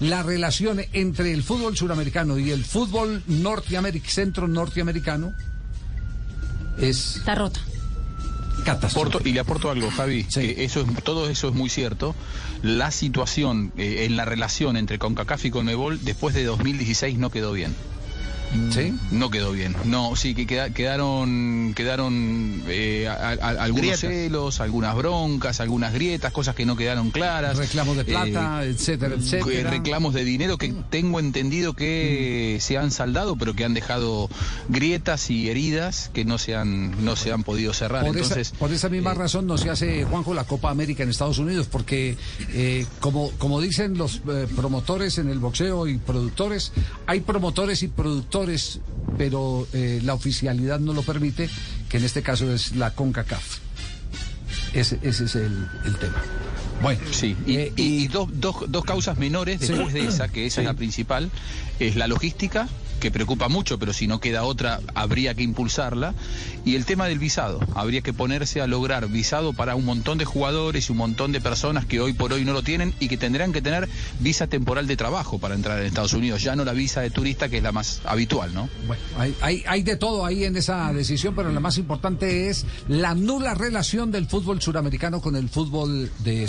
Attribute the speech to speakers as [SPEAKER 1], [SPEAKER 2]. [SPEAKER 1] la relación entre el fútbol suramericano y el fútbol norteameric- centro norteamericano es
[SPEAKER 2] Está rota.
[SPEAKER 1] catastrófica.
[SPEAKER 3] Aporto- y le aporto algo, Javi.
[SPEAKER 1] Sí.
[SPEAKER 3] Eh, eso es- todo eso es muy cierto. La situación eh, en la relación entre CONCACAF y CONMEBOL después de 2016 no quedó bien.
[SPEAKER 1] ¿sí?
[SPEAKER 3] No quedó bien. No, sí, que queda- quedaron, quedaron eh, a- a- algunos celos, algunas broncas, algunas grietas, cosas que no quedaron claras.
[SPEAKER 1] Reclamos de plata,
[SPEAKER 3] Eh,
[SPEAKER 1] etcétera, Mm.
[SPEAKER 3] eh,
[SPEAKER 1] etcétera.
[SPEAKER 3] reclamos de dinero que tengo entendido
[SPEAKER 1] Mm.
[SPEAKER 3] que se han saldado, pero que han dejado grietas y heridas que no se han, no se han podido cerrar.
[SPEAKER 1] Por,
[SPEAKER 3] Entonces,
[SPEAKER 1] esa, por esa misma
[SPEAKER 3] eh,
[SPEAKER 1] razón no se hace, Juanjo, la Copa América en Estados Unidos, porque eh, como, como dicen los eh, promotores en el boxeo y productores, hay promotores y productores, pero eh, la oficialidad no lo permite, que en este caso es la CONCACAF. Ese, ese es el, el tema. Bueno,
[SPEAKER 3] Sí, y,
[SPEAKER 1] eh,
[SPEAKER 3] y- y dos, dos- dos causas menores después de esa, que esa es la principal, es la logística, que preocupa mucho, pero si no queda otra, habría que impulsarla, y el tema del visado, habría que ponerse a lograr visado para un montón de jugadores y un montón de personas que hoy por hoy no lo tienen y que tendrán que tener visa temporal de trabajo para entrar en Estados Unidos, ya no la visa de turista, que es la más habitual, ¿no?
[SPEAKER 1] Bueno, hay, hay, hay de todo ahí en esa decisión, pero la más importante es la nula relación del fútbol suramericano con el fútbol de